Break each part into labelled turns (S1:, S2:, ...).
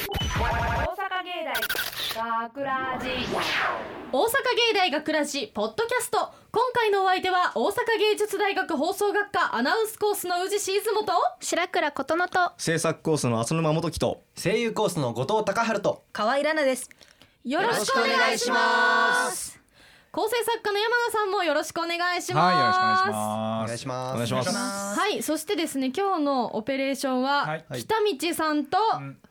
S1: 大阪芸大学ラジ
S2: 大阪芸大学ラジポッドキャスト今回のお相手は大阪芸術大学放送学科アナウンスコースの宇治市出と
S3: 白倉琴乃と
S4: 制作コースの浅沼元樹と
S5: 声優コースの後藤隆春と
S6: 河合奈です
S2: よろしくお願いします構成作家の山田さんもよろしくお願いします
S7: はい、よろしくお願いし
S5: お
S7: ま
S5: 願い
S7: す。
S5: します
S4: お願いします
S2: はいそしてですね今日のオペレーションは、
S7: はい
S2: 北道さんと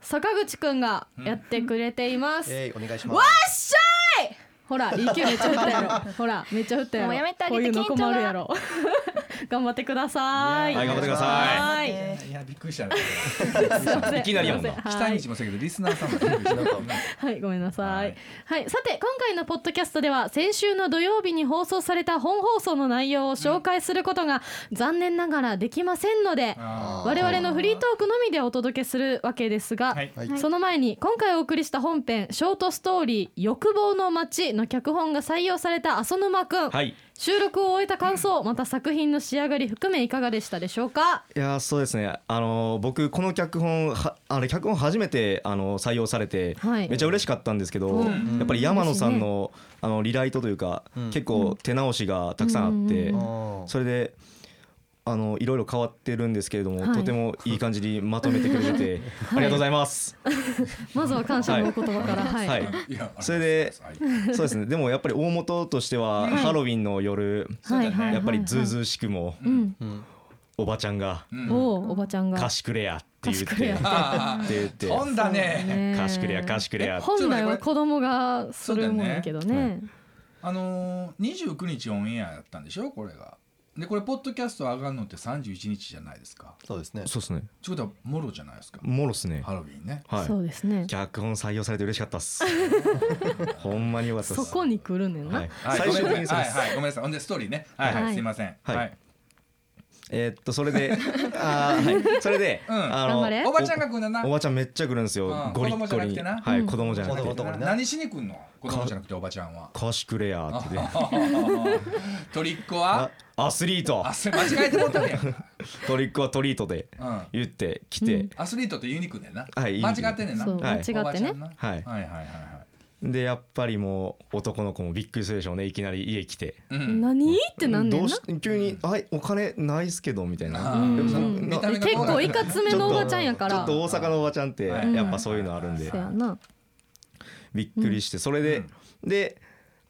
S2: 坂口くんがやってくれています、
S5: えー、お願いしま
S2: わ
S5: す
S2: っしゃいほら EQ めっちゃ振ったやろほらめっちゃ振ったやろ
S3: もうやめてあげて
S2: こういうの
S3: 緊張
S2: 困
S3: が
S2: るやろ 頑張ってください
S4: はい頑張ってくださ
S2: はい
S7: いや、びっくりしたね。
S2: すいません
S4: いきなりやもんな
S2: すいませんは
S7: 北
S2: い
S7: 道もそうやけど、リスナーさんもびっくりした。
S2: はい、ごめんなさい。は
S7: はいい、
S2: さて、今回のポッドキャストでは、先週の土曜日に放送された本放送の内容を紹介することが、残念ながらできませんので、
S7: あ
S2: 我々のフリートークのみでお届けするわけですが、
S7: ーはい。
S5: はい
S2: その前に今回お送りした本編「ショートストーリー欲望の街」の脚本が採用された浅沼くん、
S4: はいい
S2: 収録を終えた感想また作品の仕上がり含めいかがでしたでしょうか
S4: やーそうですねあのー僕この脚本はあれ脚本初めてあの採用されて、
S2: はい
S4: めちゃ嬉しかったんですけど、
S2: うん
S4: やっぱり山野さんの,、あのリライトというか、
S5: うん
S4: 結構手直しがたくさんあって、
S2: うん
S5: おー
S4: それであのいろいろ変わってるんですけれども、
S2: はい
S4: とてもいい感じにまとめてく れてて、ありがとうございます。
S2: まずは感謝のお言葉からはい、
S4: はい
S7: いや
S4: それで
S7: はい
S4: そうですねでもやっぱり大元としては、ハロウィンの夜
S2: はいはい
S4: やっぱりズーズーしくも
S2: うん、
S4: おばちゃんが
S7: う
S2: お
S7: ん。
S2: おうおばちゃん
S4: 「
S2: が
S4: 貸しくれや」って言っ
S2: 貸してくれや
S4: て
S2: っ
S7: あ
S4: って言って
S7: あ、飛んだね。
S2: ね
S4: 貸してくれや貸してくれや
S2: え本来は子供がするもんやけどね
S7: あのー、二十九日オンエアやったんでしょこれが。で、これポッドキャスト上がるのって三十一日じゃないですか。
S5: そうですね
S4: そうですね
S7: ちょっとはもろじゃないですか。
S4: もろっすね
S7: ハロウィンね。
S4: は
S2: そう
S4: い
S2: ですね
S4: 脚本採用されて嬉しかったっすほんまによかったっす
S2: そこに来るねんな、
S4: はい
S7: はい
S4: 最終的
S7: ごめ
S4: に
S7: んな
S4: そ
S7: さ
S4: うで
S7: い
S4: す
S7: はいはい、ごめんなさい。ほんでストーリーね。はい
S2: は
S7: はいい、すいません。
S4: はい
S7: はい。
S4: えーっとそれであーはいそれで
S7: うん
S4: あ
S2: 頑張れ
S4: の
S7: おばちゃんが来んだな
S4: お。ばちゃんめっちゃ来るんです
S7: う
S4: よ
S7: ん
S4: ゴリッゴリ
S7: 子供
S4: に
S7: じゃなくてな
S4: は
S2: うん
S4: い子供じゃなく
S5: 子供
S4: て
S5: とかね
S7: 何しに来んの子供じゃなくておばちゃん は。
S4: 貸してくれやって言って
S7: トリックは
S4: あアスリート
S7: あそれ間違えてもったねやんか
S4: トリックはトリートで
S7: うん
S4: 言ってきて
S7: アスリートってユニークだよな、
S4: はい
S7: 間違ってんねんな
S2: そう、
S4: はい
S2: 間違ってね
S7: おばちゃんな
S4: はい
S7: はいはいはいは
S4: でやっぱりもう男の子もびっくりするでしょうねいきなり家来て。
S7: いうん
S2: 何ってなんねん
S4: どう
S2: な
S4: し急に「はいお金ないっすけど」みたいな
S7: あー
S4: でもその
S2: うん
S4: な
S7: 見た目が
S2: 結構いかつめのおばちゃんやか
S4: ちょ
S2: ら
S4: っと大阪のおばちゃんって
S7: はい
S4: やっぱそういうのあるんで
S2: そうやな
S4: びっくりしてそれでで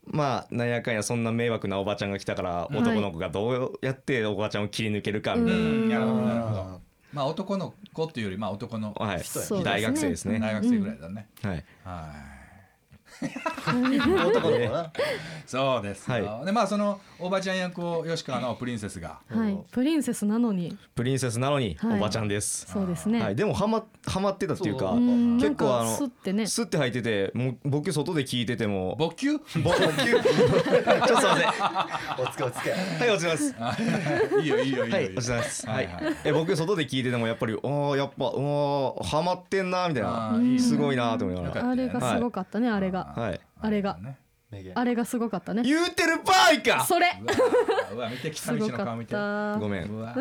S4: まあなんやかんやそんな迷惑なおばちゃんが来たから
S2: い
S4: 男の子がどうやっておばちゃんを切り抜けるかみたいな
S7: うんなるほどなるほど
S5: あ
S7: まあ男の子っていうよりまあ男の
S4: はい
S2: そうですね
S4: 大学生ですね
S7: 大学生ぐらいだね、
S4: はい
S7: はい
S5: ー男の子な
S7: そうですよ、
S4: は
S7: でまあそのおばちゃん役を吉川のプリンセスが
S2: はいプリンセスなのに
S4: プリンセスなのに
S2: はい
S4: おばちゃんです
S2: そうです
S4: は
S2: ね
S4: いでもハマハマってたっていうか
S5: そう
S2: うん
S4: 結構あ
S2: なんかスッ
S4: の
S2: てね
S4: スッて入っててもう僕外で聞いてても
S7: 勃起
S4: ぼちょっとすいませんは
S5: おつけおつけ
S4: いお疲れ様です
S7: いいよいいよいいよ
S4: はいい、
S7: い
S4: お
S7: よ
S4: 疲れ様です。
S7: は
S4: はいい
S7: はい、
S4: え、僕外で聞いてても、やっぱり、ああ、やっぱ、うわあ、ハマってんなみたい
S7: あーいい
S4: な。
S7: ね
S4: すごいなと思いなが
S7: よ
S4: ら。
S2: あれがすごかったねあれが
S4: はい。
S2: あれが
S7: ね
S5: めげ
S2: あれがすごかったね
S4: 言うてる場合か。
S2: それ
S7: うわうわ見て北
S2: す
S7: 道
S2: ご
S7: の
S2: か
S7: 顔
S2: っ
S7: 見てう
S2: た
S4: ごめん。
S7: わ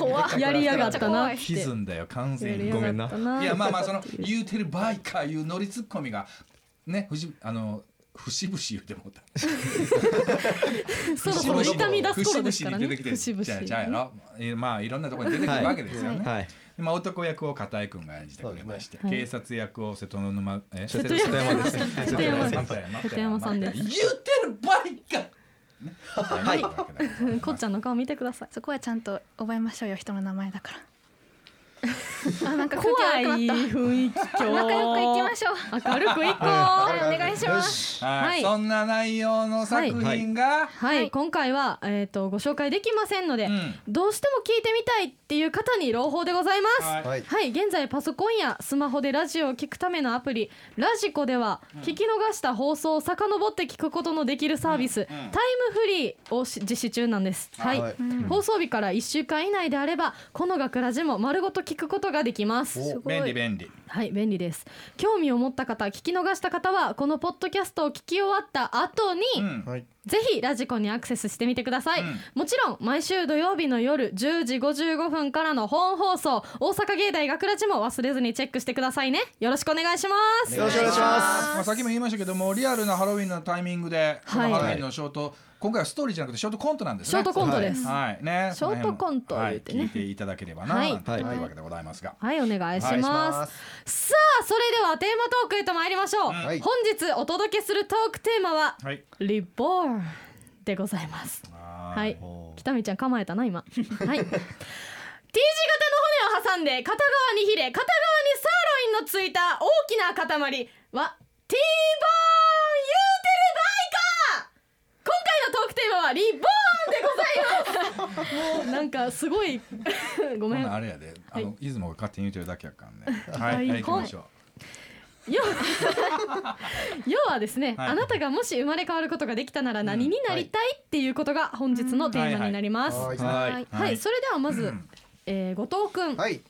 S5: 怖
S2: やりやがったなって
S7: 歪んだよ完全に
S4: ごめんな
S7: うんいやまあまあその言うてる場合かいうノリツッコミがねふじあの節々言うてもうた。
S2: そろそろ痛み出す頃ですからね
S7: 節々に出てきてじゃあじゃあや
S2: 々
S7: ろ。えまあいろんなところに出てくるわけですよね。
S4: はい。
S7: まあ男役を片井くんが演じてくれまして、
S2: そうですね
S7: 警察役を瀬戸の沼え
S4: 瀬
S2: 戸
S7: 瀬戸
S2: 山
S7: ですね
S2: 瀬戸山さん
S7: 瀬
S2: 瀬戸山さんです
S7: 言うてる場合か。はい。
S2: ねこっちゃんの顔見てください
S3: そこはちゃんと覚えましょうよ人の名前だからあなんか空気
S2: 怖い
S3: 悪くなっ
S2: 雰囲気今日
S3: た仲良く行きましょう
S2: 明るくいこう
S3: はいお願いします
S4: し。
S2: は
S7: はいい。そんな内容の作品が、
S2: はい、
S3: はい
S2: 今回は、えー、とご紹介できませんので、
S7: うん
S2: どうしても聞いてみたいっていう方に朗報でございます。は
S7: はいい
S5: はい
S2: 現在パソコンやスマホでラジオを聞くためのアプリラジコでは聞き逃した放送を遡って聞くことのできるサービス、
S7: うんうん
S2: タイムフリーをし実施中なんです、はい
S5: はい
S2: 放送日から1週間以内であればこの学ラジも丸ごと聞聞くことができます
S5: お
S2: すごい
S7: 便利便利
S2: はい便利です興味を持った方聞き逃した方はこのポッドキャストを聞き終わった後に、
S7: うん
S5: はい。
S2: ぜひラジコにアクセスしてみてください、
S7: うん
S2: もちろん毎週土曜日の夜10時55分からの本放送大阪芸大学ラジも忘れずにチェックしてくださいねよろしくお願いします
S5: よろしくお願いします。
S7: まあ、さっきも言いましたけどもリアルなハロウィンのタイミングで、この
S2: はい
S7: ハロウィンのショート今回はストーリーじゃなくてショートコントなんですね
S2: ショートコントです
S7: はい、はいね
S2: ショートコントを
S7: その
S2: 言
S7: 辺
S2: う
S7: も
S2: てね
S7: はい、聞いていただければな、
S2: は
S7: はいい、
S2: はい
S7: というわけでございますが、
S2: はいお願いします,、
S5: お願いします
S2: さあそれではテーマトークへと参りましょう、
S5: はい
S2: 本日お届けするトークテーマは
S7: はい
S2: 「リボーン」でございますは
S7: はい
S2: 北見ちゃん構えたな今はい T 字型の骨を挟んで片側にヒレ片側にサーロインのついた大きな塊は T ボーン言うてる場合か今回のトークテーマはリボーンでございますなんかすごい ごめん
S7: こんなんあれやで、あの、出雲が勝手に言うてるだけやからね。はい、
S2: は
S7: はいい、行きましょう。
S2: 要要は ですね、
S7: はい
S2: あなたがもし生まれ変わることができたなら何になりたいっていうことが本日のテーマになります。
S5: はい
S2: はい、
S7: はい
S2: はい
S7: はい
S2: それではまず、えー後藤くん、
S5: はい。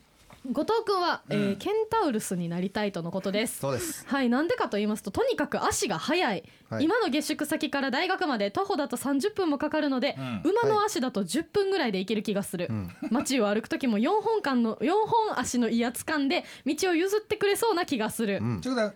S2: 後藤くんは、えーケンタウルスになりたいとのことです。
S5: そうです。
S2: はい、なんでかと言いますととにかく足が速い、
S5: はい
S2: 今の下宿先から大学まで徒歩だと30分もかかるので、
S7: うん
S2: 馬の足だと10分ぐらいで行ける気がする、街を歩く時も4本間の4本足の威圧感で道を譲ってくれそうな気がする、
S5: ん
S7: ちょっとだ、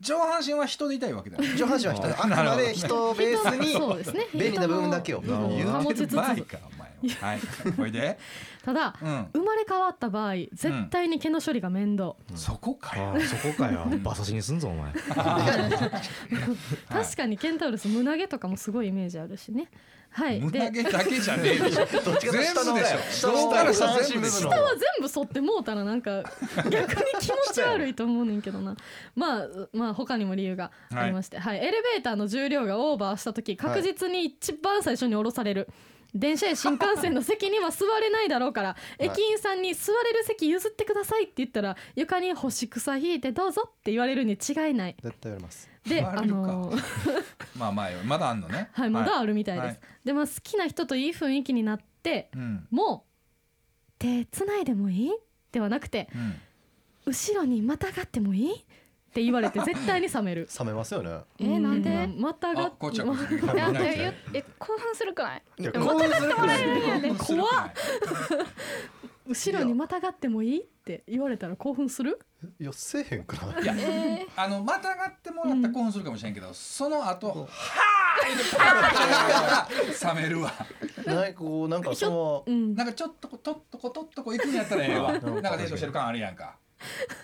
S7: 上半身は人でいたいわけだよね。
S5: 上半身は人で、あくまで人をベース
S2: そうで
S5: に
S2: すね
S5: 便利な部分だけを。
S2: 人の
S5: 言う
S2: うん
S7: 言
S2: 保
S7: う
S2: ち
S7: て
S2: つつ
S7: る前か、お前は。はい、おいで。
S2: ただ、
S7: うん
S2: 生まれ変わった場合絶対に毛の処理が面倒、
S7: そこかよ。
S4: あーそこかよ馬刺しにすんぞお前
S2: 確かにケンタウルス胸毛とかもすごいイメージあるしねはい
S7: 胸
S2: で
S7: 毛だけじゃねえでしょ。
S5: どっちかというと下の
S7: 全部でしょ
S5: 下の
S7: どうからしたら
S5: 下の
S7: 全部でし
S5: 下
S7: ょ
S2: 下
S5: の
S2: は全部剃ってもうたらなんか逆に気持ち悪いと思うねんけどなまあまあ他にも理由がありまして、はいエレベーターの重量がオーバーした時確実に一番最初に降ろされる、電車や新幹線の席には座れないだろうから、
S5: い
S2: 駅員さんに「座れる席譲ってください」って言ったら床に干し草引いてどうぞって言われるに違いない
S5: 絶対言われます。。
S2: で
S7: 座れるか
S2: あのー
S7: まあ、まあ、まだあんのね。
S2: はい、まだあるみたいです。
S7: はい
S2: で、まあ、好きな人といい雰囲気になって、
S7: うん。
S2: もう。手つないでもいいではなくて、
S7: うん。
S2: 後ろにまたがってもいいって言われて、絶対に冷める
S5: 冷めますよね。
S3: えーなんで
S2: うまたが
S7: あ、
S2: って
S7: こっちはこ
S2: ま
S7: っち。
S3: いや
S7: みんな来て
S3: ええ興奮するくない
S5: いや
S3: またがってもらえるんやね
S2: 怖っ後ろにまたがってもいいって言われたら興奮する
S5: いや、せえへんくない
S7: いや、
S3: え
S7: あの、またがってもらったら興奮するかもしれんけど、その後。はーいってパーンって冷める わ。
S5: なんかこう、なんかその
S2: う、ん
S7: なんかちょっとこ、とっとこ、とっとこ行くんやったらええわ。なんかデートしてる感あるやんか。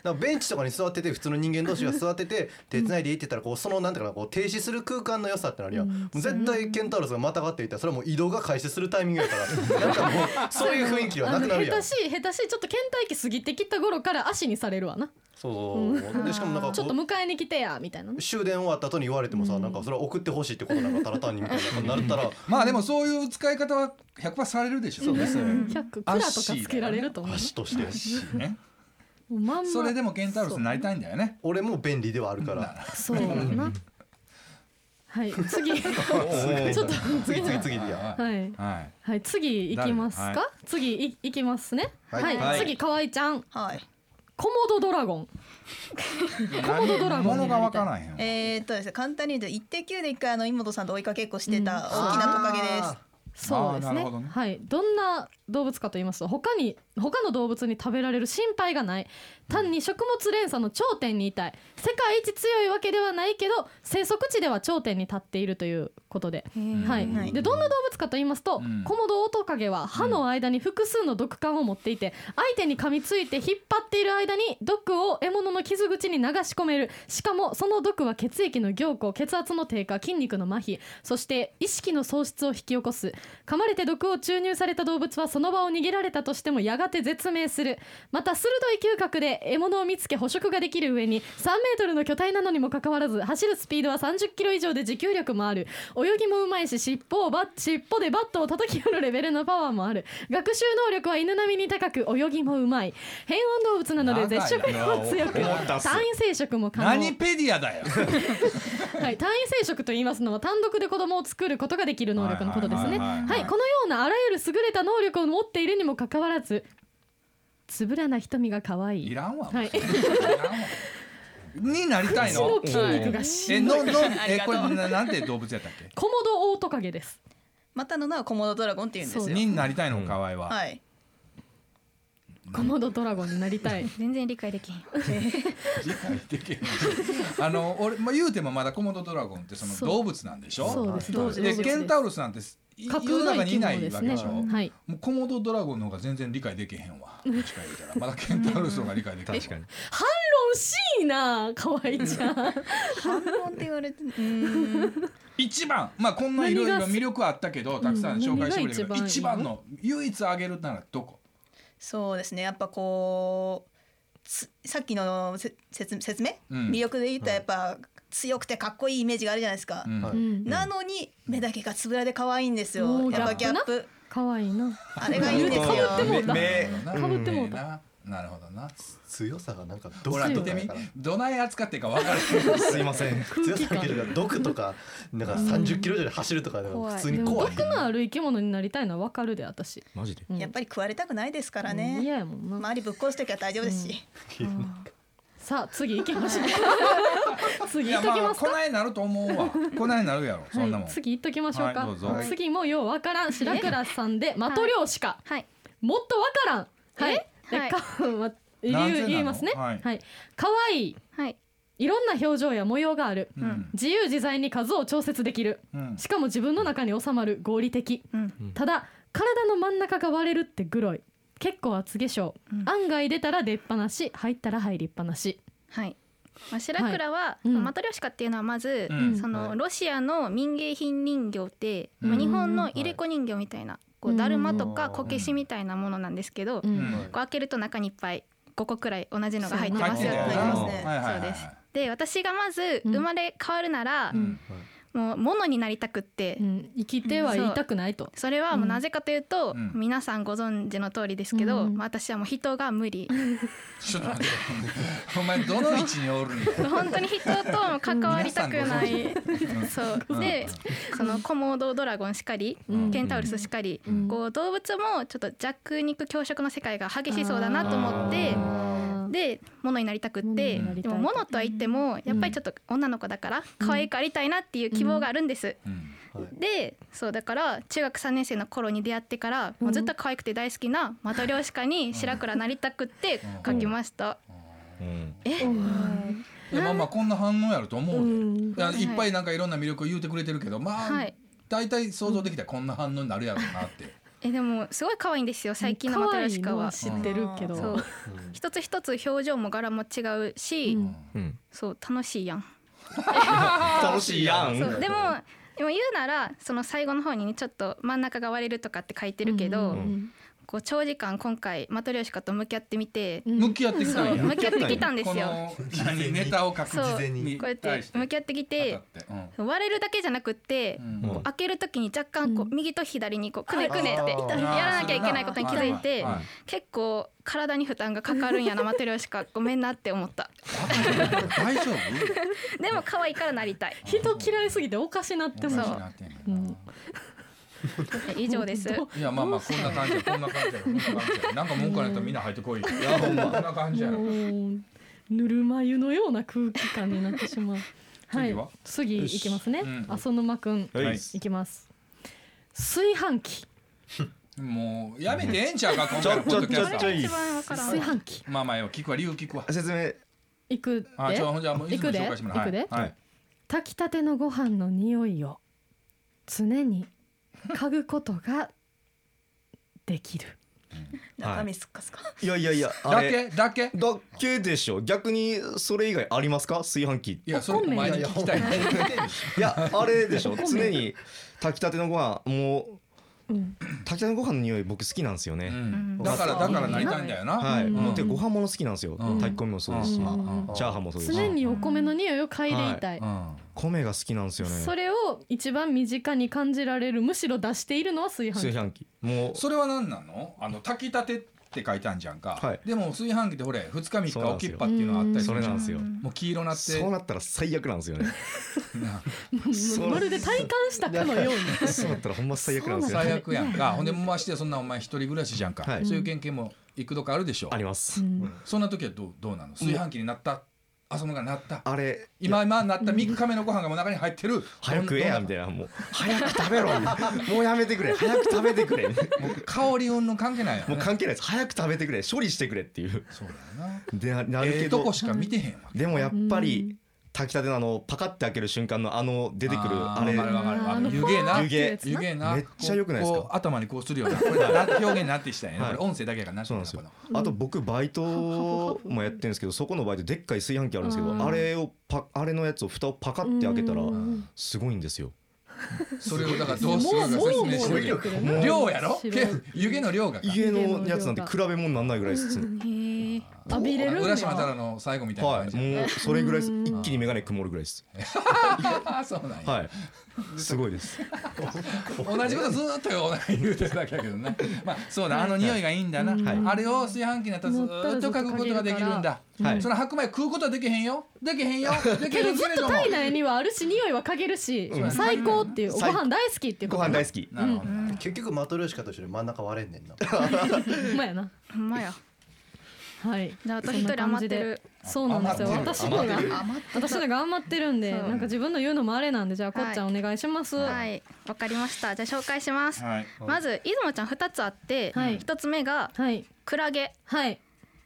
S5: なんかベンチとかに座ってて、普通の人間同士が座ってて、手繋いでいいって言ったら、こう、その、なんていうかな、こう、停止する空間の良さってなるやん。
S2: うん
S5: もう絶対ケンタウロスがまたがっていたら、それはもう移動が開始するタイミングやから、なんかもう、そういう雰囲気はなくなるや
S2: あの下
S5: ん。そう
S2: 手しい下手しいちょっと倦怠期過ぎてきた頃から足にされるわな
S5: そう。で、しかもなんか
S2: ちょっと
S5: こう、
S2: 迎えに来てやみたいなね
S5: 終電終わった後に言われてもさ、なんかそれは送ってほしいってことなんか、ただ単にみたいなことになったら、
S7: まあでもそういう使い方は100%されるでしょ
S5: そうですね。
S2: 100クラとかつけられると 思う
S5: 足として。
S7: ね
S2: もうまんま
S7: それでもケンタウロスになりたいんだよね
S5: 俺も便利ではあるから。
S2: そうだな。はい、次。 は
S5: ち
S2: ょっと
S5: 次次次でや。
S7: はい
S2: い。
S7: はい
S2: はい、次行きます
S7: 誰
S2: か
S7: は。
S2: 次い行きますね。
S5: はい
S2: はい、
S7: はい
S2: 次河合ちゃん。
S6: はい。
S2: コモドドラゴン。コモドドラ
S7: 何
S2: ゴンになりたい
S7: 物がわからんへんわ
S6: えーっとですね、簡単に言うと、イッテ Q で一回あの井本さんと追いかけっこして
S2: うん
S6: た大きなトカゲです。
S2: そうです
S7: あーな
S2: ね
S7: るほどね
S2: はい、どんな動物かと言いますと、他に他の動物に食べられる心配がない。単に食物連鎖の頂点にいたい。世界一強いわけではないけど、生息地では頂点に立っていですねはいどんな動物に食べられる心配がない単に食物連鎖の頂点にいたい世界一強いわけではないけど生息地では頂点に立っているということで。は、
S6: はいい
S2: でどんな動物かと言いますと、
S7: うん
S2: コモドオオトカゲは歯の間に複数の毒管を持っていて相手に噛みついて引っ張っている間に毒を獲物の傷口に流し込めるしかもその毒は血液の凝固血圧の低下筋肉の麻痺そして意識の喪失を引き起こす噛まれて毒を注入された動物はその場を逃げられたとしてもやがて絶命するまた鋭い嗅覚で獲物を見つけ捕食ができる上に3メートルの巨体なのにもかかわらず走るスピードは30キロ以上で持久力もある泳ぎもうまいし尻尾をバ尻尾でバットを叩き寄るレベルのパワーもある学習能力は犬並みに高く泳ぎもうまい変温動物なので絶食にも強く
S4: 長いな思ったっす
S2: 単位生殖も可能
S7: 何ペディアだよ
S2: はい、単位生殖と言いますのは単独で子供を作ることができる能力のことですね。
S7: はいはいはい
S2: は
S7: はい
S2: い、このようなあらゆる優れた能力を持っているにもかかわらず、つぶらな瞳が可愛い
S7: いらんわ。
S2: はい
S7: いらんわ になりたい
S2: 足の
S7: の。
S2: 筋肉がし
S7: え、
S2: んどい
S7: の、の、
S6: あり
S7: え、
S6: が
S7: こと
S6: う
S7: れ、ななんて動物やったっけ。
S2: コモドオオトカゲです
S6: またの名はコモドドラゴンって言うんですよ
S7: になりたいの、河合は。
S6: はい
S2: コモドドラゴンになり たい
S3: 全然理解できへん。
S7: 理解できる。 あの、俺、まあ、言うても、まだコモドドラゴンって、その
S2: そう
S7: 動物なんでしょ
S2: そうです動物
S7: で、
S2: です
S7: ケンタウロスなんて、い
S2: 架
S7: 世の
S2: 空
S7: 中
S2: の生
S7: に
S2: き
S7: いな
S2: 物
S7: い
S2: で
S7: わ
S2: す
S7: け
S2: ね
S7: でしょ。
S2: はい
S7: もうコモドドラゴンの方が全然理解できへんわ。どっちか言うたら、 まだケンタウロスの方が理解できへん。
S4: 確かに
S2: 惜しいな可愛いじゃん
S6: 反論って言われてうーん
S7: 一番まあこんないろいろ魅力はあったけどたくさん紹介してくれるけど
S2: うん何が
S7: 一
S2: 一番いい
S7: 番の唯一あげるならどこ
S6: そうですねやっぱこうつさっきのせ説説明、
S7: うん
S6: 魅力で言ったらやっぱ、強くてかっこいいイメージがあるじゃないですか、
S7: うん
S5: は
S2: う
S5: い
S2: ん
S6: なのに目だけがつぶらで可愛いんです
S2: お
S6: よ
S2: ー
S6: やっぱギャップ
S2: 可愛いな
S6: あれがいいんですよ
S2: 言うて被ってもうた
S4: 目
S7: な
S2: 被ってもうた
S7: ななるほどな
S5: 強さがなんか
S7: ほら
S5: 毒
S7: 見
S5: と
S7: て
S5: かや
S7: み
S5: から
S7: どない扱っていいか分からへん
S4: すいません
S2: 空
S5: 強
S2: 気
S5: さだ
S2: 感
S5: けが毒とかなんか30キロ以上で走るとかなんか普通
S2: で
S5: に
S2: も
S5: 怖い
S2: 毒のある生き物になりたいのはわかるで私
S4: マジで
S2: うん
S6: やっぱり食われたくないですから
S2: うん
S6: ね
S2: 嫌やもんな、
S6: 周りぶっ壊す時は大丈夫ですし、
S2: さあ次行きましょ う次
S7: い
S2: 行っ
S7: や
S2: とき
S7: ま
S2: ま
S7: あ
S2: すか
S7: こないなると思うわこないなるやろそんなも
S2: は
S7: ん
S2: い、次行っときましょうか、
S7: はいどうぞ
S2: 次もようわからん白倉さんでマトリョーシカ、
S3: はい。
S2: もっとわからんはい
S3: えは
S2: で
S3: い
S2: か、ま、理
S7: なぜな
S2: 由
S7: の
S2: 言いますね
S7: はい
S2: はい、可愛い
S3: はい。
S2: いろんな表情や模様がある、
S7: うん
S2: 自由自在に数を調節できる
S7: うん
S2: しかも自分の中に収まる合理的
S6: うん
S2: ただ体の真ん中が割れるってグロい結構厚化粧、
S6: うん
S2: 案外出たら出っ放し入ったら入りっぱなし
S3: はい。まあ、白倉は、
S2: うん
S3: マトリョシカっていうのはまず、
S7: うん
S3: その
S5: はい
S3: ロシアの民芸品人形って、ま
S7: う
S3: あ、
S7: ん
S3: 日本の入れ子人形みたいな、こ
S2: う
S3: うんだるまとかこけしみたいなものなんですけど、こ
S7: うん
S5: は
S3: う開けると中にいっぱい5個くらい同じのが入って
S7: 入
S3: ま
S7: っ
S3: す
S7: て
S3: よ
S7: た
S3: っ
S7: よ
S3: て
S7: な
S6: 入
S3: い
S6: って
S3: う
S6: ますね
S7: はいはい
S3: そう
S7: はい
S3: ですで私がまず
S2: うん
S3: 生まれ変わるなら、
S7: うん
S3: もう物になりたくって、
S2: うん生きては言いたくないと、
S3: それはもうなぜかというと、
S7: うん
S3: 皆さんご存知の通りですけど、
S2: うん
S3: まあ私はもう人が無理
S7: ちょっと待ってお前どの位置におるんだよ
S3: 本当に人とも関わりたくな
S7: 皆
S3: いそうでそのコモドドラゴンしかり、
S2: うん
S3: ケンタウルスしかり、
S2: うん
S3: こう動物もちょっと弱肉強食の世界が激しそうだなと思って
S2: あー
S3: で物になりたくっ
S2: 物
S3: て
S2: になり
S3: で
S2: たい
S3: も物とは言ってもやっぱりちょっと女の子だから可愛くありたいなっていう希望があるんです。
S7: うん
S3: でそうだから中学3年生の頃に出会ってから、もうずっと可愛くて大好きなマトリョーシカに白倉なりたくって書きました。
S4: うん
S7: いやまあまあこんな反応やると思うで
S2: うん
S7: いやいっぱいなんかいろんな魅力を言うてくれてるけどま
S3: は
S7: あ
S3: い
S7: 大体想像できたらこんな反応になるやろうなって
S3: えでもすごい可愛いんですよ最近のマトリョーシカは。
S2: 可愛いの知ってるけど
S3: そう一つ一つ表情も柄も違うし、
S2: うん
S4: うん
S3: そう楽しいやん。
S4: 楽しいやん
S3: そうでもでも言うならその最後の方にねちょっと真ん中が割れるとかって書いてるけど、
S2: うん
S3: こう長時間今回マトリョーシカと向き合ってみて、
S2: うん
S7: 向き合ってきた
S3: そ
S7: ん
S3: う
S7: や
S3: 向き合ってきたんですよ。
S7: この何ネタを書く
S3: そう
S7: 事前に
S3: こうやって向き合ってきて割れるだけじゃなくって、
S4: うん
S3: 開けるときに若干こう、
S2: うん
S3: 右と左にこうくねくねって
S5: あー
S3: やらなきゃいけないことに気づいて結構体に負担がかかるんやなマトリョーシカごめんなって思った
S7: 大丈夫
S3: でも可愛いからなりたい
S2: 人嫌いすぎておかしなっても
S3: そうえ以上 です
S7: いやまあまあこんな感じこんな感じこんな感じなんか文句あるとみんな入ってこいいやほんまこんな感じやろ
S2: もうぬるま湯のような空気感になってしまう、
S7: 次はい
S2: 次いきますね
S7: うん
S2: 浅沼くん
S4: はい
S2: いきます炊飯器
S7: もうやめてええんちゃうか今
S4: ちょ
S7: 回のポ
S4: ち
S7: ッ
S4: ょ
S7: ドキ
S4: ち
S7: ャ
S4: ょ
S7: ス
S4: ちょ
S7: ト
S4: いい
S3: 一番わからん
S2: 炊
S3: わ
S2: 飯器
S7: まあまあよ聞くわ理由聞くわ
S4: 説明
S2: いく
S7: あ
S2: で
S7: ちょほんじゃもういつも紹介してもらはい
S2: 炊きたてのご飯の匂いを常に嗅ぐことができる
S6: 中身すっかすか、
S4: いやいやいやあ
S7: だ
S4: れ
S7: けだけ
S4: だけでしょ逆にそれ以外ありますか炊飯器
S7: いやそれお前に聞きたい
S4: いやあれでしょ常に炊きたてのご飯もう、
S2: うん
S4: 炊きたてのご飯の匂い僕好きなんですよね、
S7: だからだからなりたいんだよな
S4: はい、
S2: うん
S4: もうてかご飯もの好きなんですよ、
S7: うん
S4: 炊き込みもそうですし、
S2: うん
S4: チャーハンもそうですし、
S2: 常にお米の匂いを嗅いでいたい、
S4: 米が好きなんですよね
S2: それを一番身近に感じられるむしろ出しているのは炊飯
S4: 炊
S2: 器
S4: 飯器もう
S7: それは何なのあの炊きたてって書いたんじゃんか、
S4: はい
S7: でも炊飯器ってほれ2日3日
S4: そうなん
S7: 置
S4: です
S7: きっ
S4: よ
S7: ぱっていうのがあったりす
S4: そ
S7: る
S4: れ
S7: じゃ
S4: なんんですよ
S7: もう黄色なって
S4: そうなったら最悪なんですよねそう
S2: まるで体感したかのように
S4: そうなったらほんま最悪なんですよ
S7: 最
S4: ね
S7: 悪やんかほんでましてやそんなお前一人暮らしじゃんか、
S4: はい
S7: そういう経験も幾度かあるでしょう
S4: あります。
S7: そんな時はどうどうなの炊飯器になった朝のがなった
S4: あれ
S7: 今今なった3日目のご飯がもう中に入ってる
S4: 早くええやみたい
S7: な
S4: なもう早く食べろみたいなもうやめてくれ早く食べてくれも
S7: 香りうんぬん関係ないよ、ね、
S4: う関係ないです早く食べてくれ処理してくれっていう
S7: そうだよな
S4: でななる
S7: ええ
S4: け
S7: と
S4: ど
S7: こしか見てへんわ
S4: でもやっぱり炊きたてのあのパカって開ける瞬間のあの出てくるあれ
S7: わかるわかるわかる湯気な
S4: 湯気
S7: 湯気な
S4: めっちゃ良くないですか
S7: こうこう頭にこうするようなこれなんて表現になってしたよね、
S4: はい
S7: これ音声だけがなって
S4: そうな
S7: る
S4: んですよ
S7: この
S4: あと僕バイトもやってるんですけどそこのバイトでっかい炊飯器あるんですけ
S2: う
S4: ど
S2: ん
S4: あれをパあれのやつを蓋をパカって開けたら
S2: うん
S4: すごいんですよ
S7: それをだからどうするか説明して
S5: もうも
S7: る
S5: う
S2: もう
S7: 量やろ
S2: 白い
S7: け湯気の量がか
S4: 家のやつなんて比べ物にならないぐらいですね
S3: へえ
S2: 浴びれるんだ
S7: 浦島太郎の最後みたいな
S4: は
S7: 感じ
S4: いもうそれぐらいです一気に眼鏡曇るぐらいです
S7: ああそうなん や、
S4: はいすごいです
S7: 同じことずーっと言うてるだけやけどなまあそうだあの匂いがいいんだな、あれを炊飯器になったらずーっと嗅ぐことができるんだ、
S4: はい
S7: その白米食うことはできへんよでき へんよでき
S2: け
S7: へ
S2: ど
S7: ん
S2: ず
S7: け
S2: っ
S7: れ
S2: と
S7: ども
S2: 体内にはあるし匂いは嗅げるし
S7: うん
S2: 最高っていうご
S4: 最高
S2: 飯大好きっていうこ
S4: ご
S2: と
S4: 飯大好き
S7: なるほど、
S5: 結局マトリョーシカと一緒で真ん中割れ んねんな。
S2: ほんまやな
S3: ほんまや
S2: はい
S3: であと一人余ってる
S2: そうなんですよ
S7: 余ってる
S2: 私のが
S6: 余っ
S2: 私のが余ってるんで
S3: そう
S2: なんか自分の言うのもあれなんでじゃあこ
S3: はい
S2: っちゃんお願いします
S3: はいわかりましたじゃあ紹介します、
S7: はい
S3: まず出雲ちゃん二つあって、
S2: はい
S3: 一つ目が
S2: はい
S3: クラゲ
S2: はい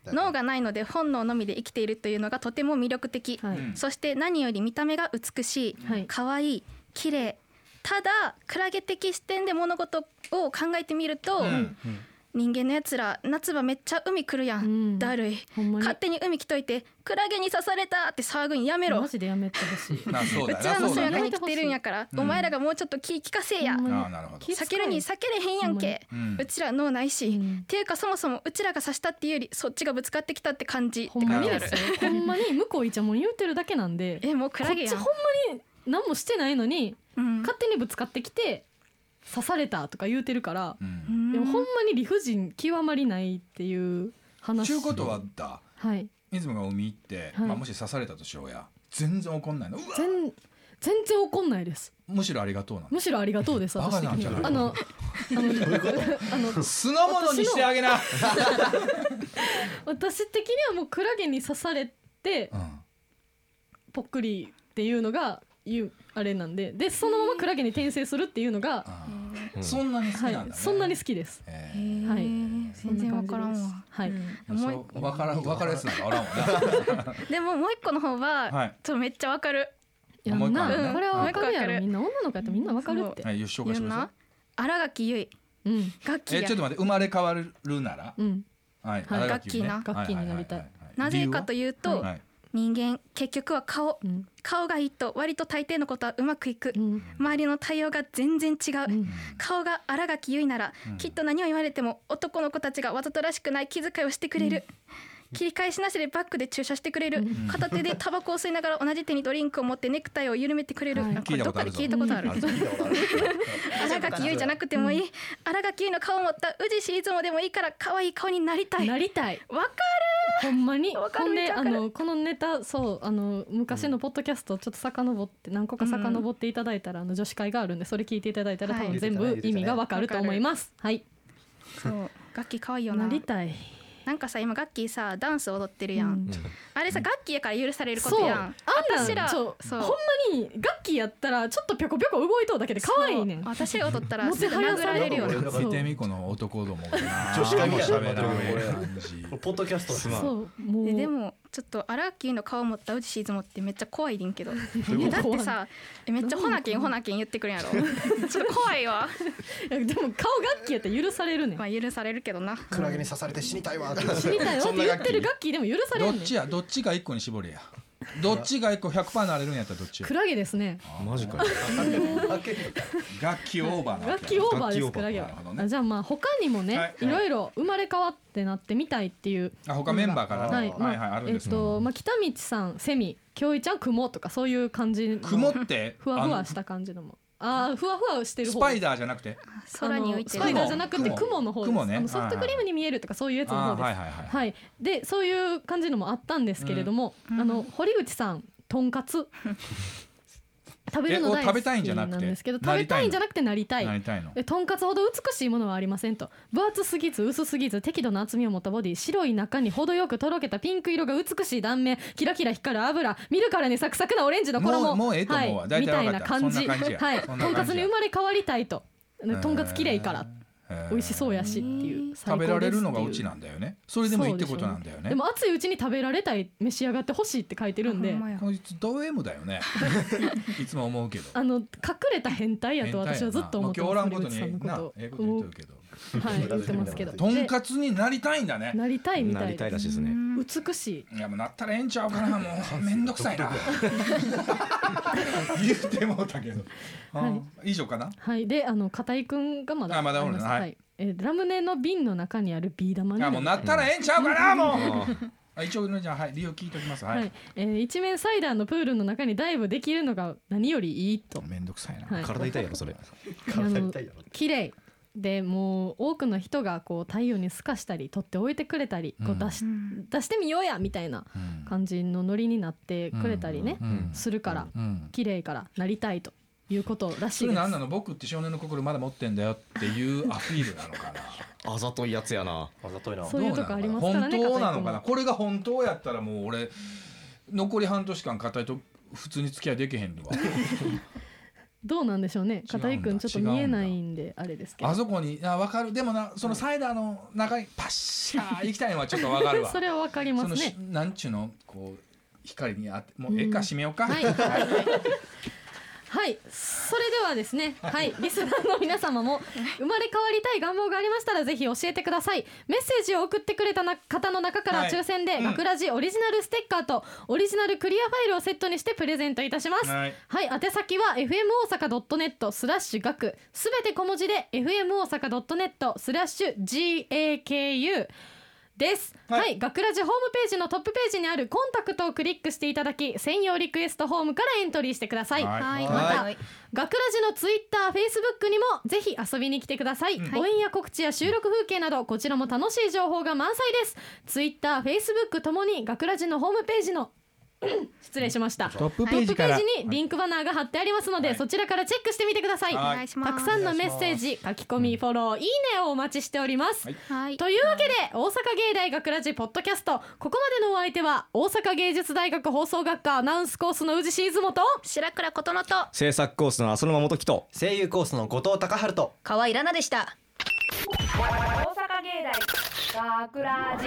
S5: だ
S3: 脳がないので本能のみで生きているというのがとても魅力的、
S2: はい
S7: うん
S3: そして何より見た目が美し
S2: はい
S3: い可愛、い綺麗ただクラゲ的視点で物事を考えてみると、
S7: うん
S3: 人間のやつら夏場めっちゃ海来るやん、
S2: うん
S3: だるい
S2: ほんまに
S3: 勝手に海来といてクラゲに刺されたって騒ぐんやめろ
S2: マジでやめてほし い
S7: なそう
S3: う
S7: だ
S3: ちらの
S7: そう
S3: 背
S7: だ
S3: 中に来てるんやから、
S7: うん
S3: お前らがもうちょっと気ぃ利かせえや、
S2: ほんま
S7: あなるほど
S2: 気遣い
S3: 避けるに避けれへんやんけ、
S7: う
S3: うんちら脳ないし、
S2: うん
S3: っていうかそもそもうちらが刺したっていうよりそっちがぶつかってきたって感じって
S2: ほんま
S3: 感
S2: に
S3: じ
S2: で
S3: ですす
S2: よほんまに向こういちゃんも言うてるだけなんで
S3: えもうク
S2: こ
S3: ラ
S2: っ
S3: ゲ
S2: ち
S3: や
S2: ほん
S3: ん
S2: まに何もしてないのに
S3: うん
S2: 勝手にぶつかってきて刺されたとか言うてるから
S7: う
S3: うんん
S2: でもほんまに理不尽極まりないっていう話
S7: ちゅうことはだ
S2: はい
S7: いつもが海行って、
S2: はい
S7: まあ、もし刺されたとしようや全然怒んないのうわ
S2: 全全然怒んないです
S7: むしろありがとうなの
S2: むしろありがとうです
S7: バカ
S2: 私的
S7: なん
S2: に
S7: じゃない
S2: はあのあの あの
S7: 酢の物にしてあげな、
S2: 私的にはもうクラゲに刺されて
S7: うん
S2: ぽっくりっていうのがいうあれなんででそのままクラゲに転生するっていうのが、
S7: あ
S4: う
S7: ー
S4: ん
S7: そんなに好きなん
S2: は
S7: だね、
S2: い、そんなに好きです
S7: え
S3: へ
S7: ー
S3: ー
S2: はい
S3: 全然わからん
S2: そ
S3: わ
S2: な感じですはい
S7: もう分からん分かるやつなんかおらんわ
S3: でももう一個の方は、
S7: はい
S3: ちょっとめっちゃわかる
S2: いや
S7: もう一個あるね
S2: なこれは分かるや
S3: もう一個あ
S2: ろ
S3: る
S2: みんな女の子やったらみんな分かるって
S7: な。はい、よし紹介
S3: 言
S7: し
S3: う
S7: ま
S3: な新垣結
S2: ううん
S3: 衣ガッキ
S7: しょう。え、
S3: ー
S7: ちょっと
S3: や
S7: 待って、生まれ変わるなら。
S2: うん
S7: はい、
S2: はい
S7: 新垣結衣
S2: ガッ
S7: ね
S2: キーなガッキーになりたい。
S3: なぜかと
S7: いう
S3: いうと、
S7: とはい、
S3: 人間結局は顔
S2: うん
S3: 顔がいいと割と大抵のことはうまくいく、
S2: うん
S3: 周りの対応が全然違う、
S2: うん
S3: 顔が新垣結衣なら、
S7: うん
S3: きっと何を言われても男の子たちがわざとらしくない気遣いをしてくれる、切り返しなしでバックで注射してくれる、片手でタバコを吸いながら同じ手にドリンクを持ってネクタイを緩めてくれる、
S2: はい
S3: あこれどっかで
S7: 聞
S3: 聞
S7: い
S3: い
S7: たこ
S3: たことある
S7: ある
S5: 聞いたことある
S3: 新垣結衣じゃなくてもいい、新垣結衣の顔を持った宇治市出雲でもいいから可愛い顔になりたい
S2: な
S3: わ
S2: りたい
S3: か
S2: ほんまに
S3: わかる
S2: ほん
S3: めっ
S2: で
S3: ち
S2: あ
S3: ゃわかる
S2: のこのネタそうあの昔のポッドキャストちょっと遡って何個か遡っていただいたらあの女子会があるんでそれ聞いていただいたら
S3: は
S2: 多
S3: い
S2: 分全部意味がわかると思いますはい
S3: るそう楽器可愛いよな
S2: なりたい
S3: なんかさ今楽器さダンス踊ってるやん、
S2: うん
S3: あれさ楽器やから許されるこ
S2: そ
S3: と
S2: う
S3: や
S2: あん
S3: ん私
S2: な
S3: ら
S2: んちょほ
S3: そ
S2: ん
S3: う
S2: まにガッキーやったらちょっとぴょこぴょこ動いとうだけで可愛いねん
S3: そう私が踊ったら
S2: もて
S3: すぐ
S2: はや
S3: 殴
S2: さ
S3: られ
S2: れ
S3: る
S2: るよ
S3: よね
S2: ね
S5: 俺らが
S2: そ
S7: 見
S2: う
S7: てみこの男どもがな。
S5: 女子会みたいな
S7: 喋らん感じ。
S5: ポッドキャストですまん
S2: そうもう
S3: ででもちょっと荒木の顔持った宇治しずもってめっちゃ怖いりんけど
S2: いうこと
S3: えだってさえめっちゃほなけんほなけん言って くるやろちょっと怖いわ
S2: いやでも顔楽器やったら許されるねん
S3: まあ許されるけどな
S5: クラゲに刺されて死にたい わって。
S2: 死にたいわって言ってる楽器でも許され
S7: ど
S2: る
S7: っ
S2: ねん
S7: ちや、どっちが一個に絞れや。どっちが一個100%なれるんやったらどっちや
S2: ク。ラゲですね
S4: マジかよ
S7: 楽器オーバーなわ
S2: 楽
S7: け
S2: 器
S7: や。
S2: オーバーで
S4: 楽器オーバ
S2: す
S4: ー
S2: クラゲは
S7: なるほどね
S2: あじゃあまあ他にもね、
S7: はい
S2: い、ろいろ生まれ変わってなってみたいっていう
S7: あ、他メンバーからね。
S2: は
S7: はいい
S2: まあ
S7: はい、あるん
S2: えっ
S7: ですけど。
S2: とまあ北道さんセミ京一ちゃん雲とかそういう感じの
S7: 雲って、
S2: ふわふわし
S7: あ
S2: た感じのもあーふわふわして
S7: の
S2: る
S7: ス
S2: 方
S7: パイダーじゃなくて。
S3: 空に浮いて
S2: ス
S3: る
S2: パイダーじゃなくて雲の方です
S7: 雲ね
S2: あのソフトクリームに見えるとかそういうやつの
S7: あ
S2: 方で
S7: ー
S2: す
S7: は
S2: はいい、
S7: はいはい。
S2: でそういう感 じのもあったんですけれども、あの堀口さんとんかつ食べるの大
S7: え
S2: 好
S7: 食べたいん
S2: き
S7: じゃなくて
S2: なんですけど
S7: な
S2: 食べ
S7: りた
S2: た
S7: いの
S2: いんじゃなくてなりたい
S7: なりたいの
S2: えとんかつほど美しいものはありませんと分厚すぎず薄すぎず適度な厚みを持ったボディ白い中に程よくとろけたピンク色が美しい断面キラキラ光る油見るからにサクサクなオレンジの衣
S7: もうもうええと思うわ
S2: はい、
S7: 大
S2: み
S7: 体
S2: た
S7: わか
S2: い
S7: った
S2: な感じ
S7: そんな感じや
S2: はい、
S7: そ
S2: と
S7: んな感じや
S2: んかつに生まれ変わりたいとね
S7: へー
S2: とんかつきれいから美味しそうやしっていう最
S7: 食
S2: 高ですっ
S7: べら
S2: てい
S7: れるのがうちなんだよねそれでもいいってことなん
S2: そう
S7: だよ
S2: でしょう
S7: ね
S2: でも熱いうちに食べられたい召し上がってほしいって書いてるんで
S3: ほまや
S7: こいつド M だよ ねいつも思うけど
S2: あの隠れた変態やと私はずっと思って
S7: ま
S2: ま
S7: あ
S2: す
S7: 今日おらんことに
S2: 堀口さん
S7: な
S2: のこと
S7: ええこと言ってるけど
S2: はい言ってますけど
S7: とんかつになりたいんだね
S2: でなりたいみた
S4: ないりたいらしい
S2: で
S4: ですすね。
S2: 美しい
S7: いやもうなったらええんちゃうかなもうめんどくさいな 言うてもうたけど、
S2: はい
S7: 以上かな
S2: はいであの片井くんがまだ
S7: あまだおるな
S2: りす
S7: はい
S2: えーラムネの瓶の中にあるビー玉に
S7: い
S2: な
S7: や
S2: り
S7: も
S2: た
S7: う
S2: い
S7: なったらええんちゃうかなも
S4: あ
S7: う
S4: ー
S7: あ一応じゃあはい理由聞いておきますは、
S2: はいいえー一面サイダーのプールの中にダイブできるのが何よりいいと
S7: めんどくさいな、
S2: はい
S4: 体痛いやろそれ。
S5: 体痛いやろ
S2: 綺麗でもう多くの人がこう太陽に透かしたり取っておいてくれたりこ
S7: う
S2: うん出し,、
S3: うん
S2: 出してみようやみたいな
S7: うん
S2: 感じのノリになってくれたりね、
S7: うん
S2: するから
S7: うん
S2: 綺麗からなりたいということらし
S7: そ
S2: い
S7: れ
S2: です。
S7: なんなの僕って少年の心まだ持ってんだよっていうアピールなのかな
S4: あざといやつやな。
S5: あざといな
S2: そういうとこありますからね
S7: どうなのかな本当な
S2: 片井
S7: のか
S2: 君
S7: な
S2: は
S7: これが本当やったらもう俺残り半年間硬いと普通に付き合いできへんの わ
S2: どうなんでしょうね片井くんちょっと見えないんであれですけど
S7: あそこにあ分かるでもなそのサイダーの中にパッシャー行きたいのはちょっと分かるわ
S2: それはわかりま
S7: そ
S2: す
S7: のし
S2: ね
S7: なんちゅうのこう光にあってもうええか締めようか、
S2: はいはいそれではですねはいリスナーの皆様も生まれ変わりたい願望がありましたらぜひ教えてくださいメッセージを送ってくれたな方の中から
S7: はい
S2: 抽選で「
S7: うん
S2: 学ラジオリジナルステッカー」とオリジナルクリアファイルをセットにしてプレゼントいたします
S7: はい
S2: はい、宛先は fm 大阪 .net スラッシュ学すべて小文字で fm 大阪 .net スラッシュ GAKU です。
S7: は
S2: はいい、学ラジホームページのトップページにあるコンタクトをクリックしていただき、専用リクエストフォームからエントリーしてください。
S7: はい
S2: また、
S6: はい
S2: 学ラジのツイッター、フェイスブックにもぜひ遊びに来てください。応援や告知や収録風景などこちらも楽しい情報が満載です。ツイッター、フェイスブックともに学ラジのホームページの 失礼しました。
S7: トップ
S2: トップページにリンクバナーが貼ってありますので、
S7: はい
S2: そちらからチェックしてみてください。
S7: は
S3: お願いします
S2: たくさんのメッセージ、書き込み、フォロー、いいねをお待ちしております。
S7: はい
S3: はい
S2: というわけで、大阪芸大学ラジポッドキャスト、ここまでのお相手は、大阪芸術大学放送学科アナウンスコースの宇治静本。
S3: 白倉琴乃と
S4: 制作コースの浅沼元樹と。
S5: 声優コースの後藤隆春と
S6: 河合らなでした
S1: 大阪芸大学ラジ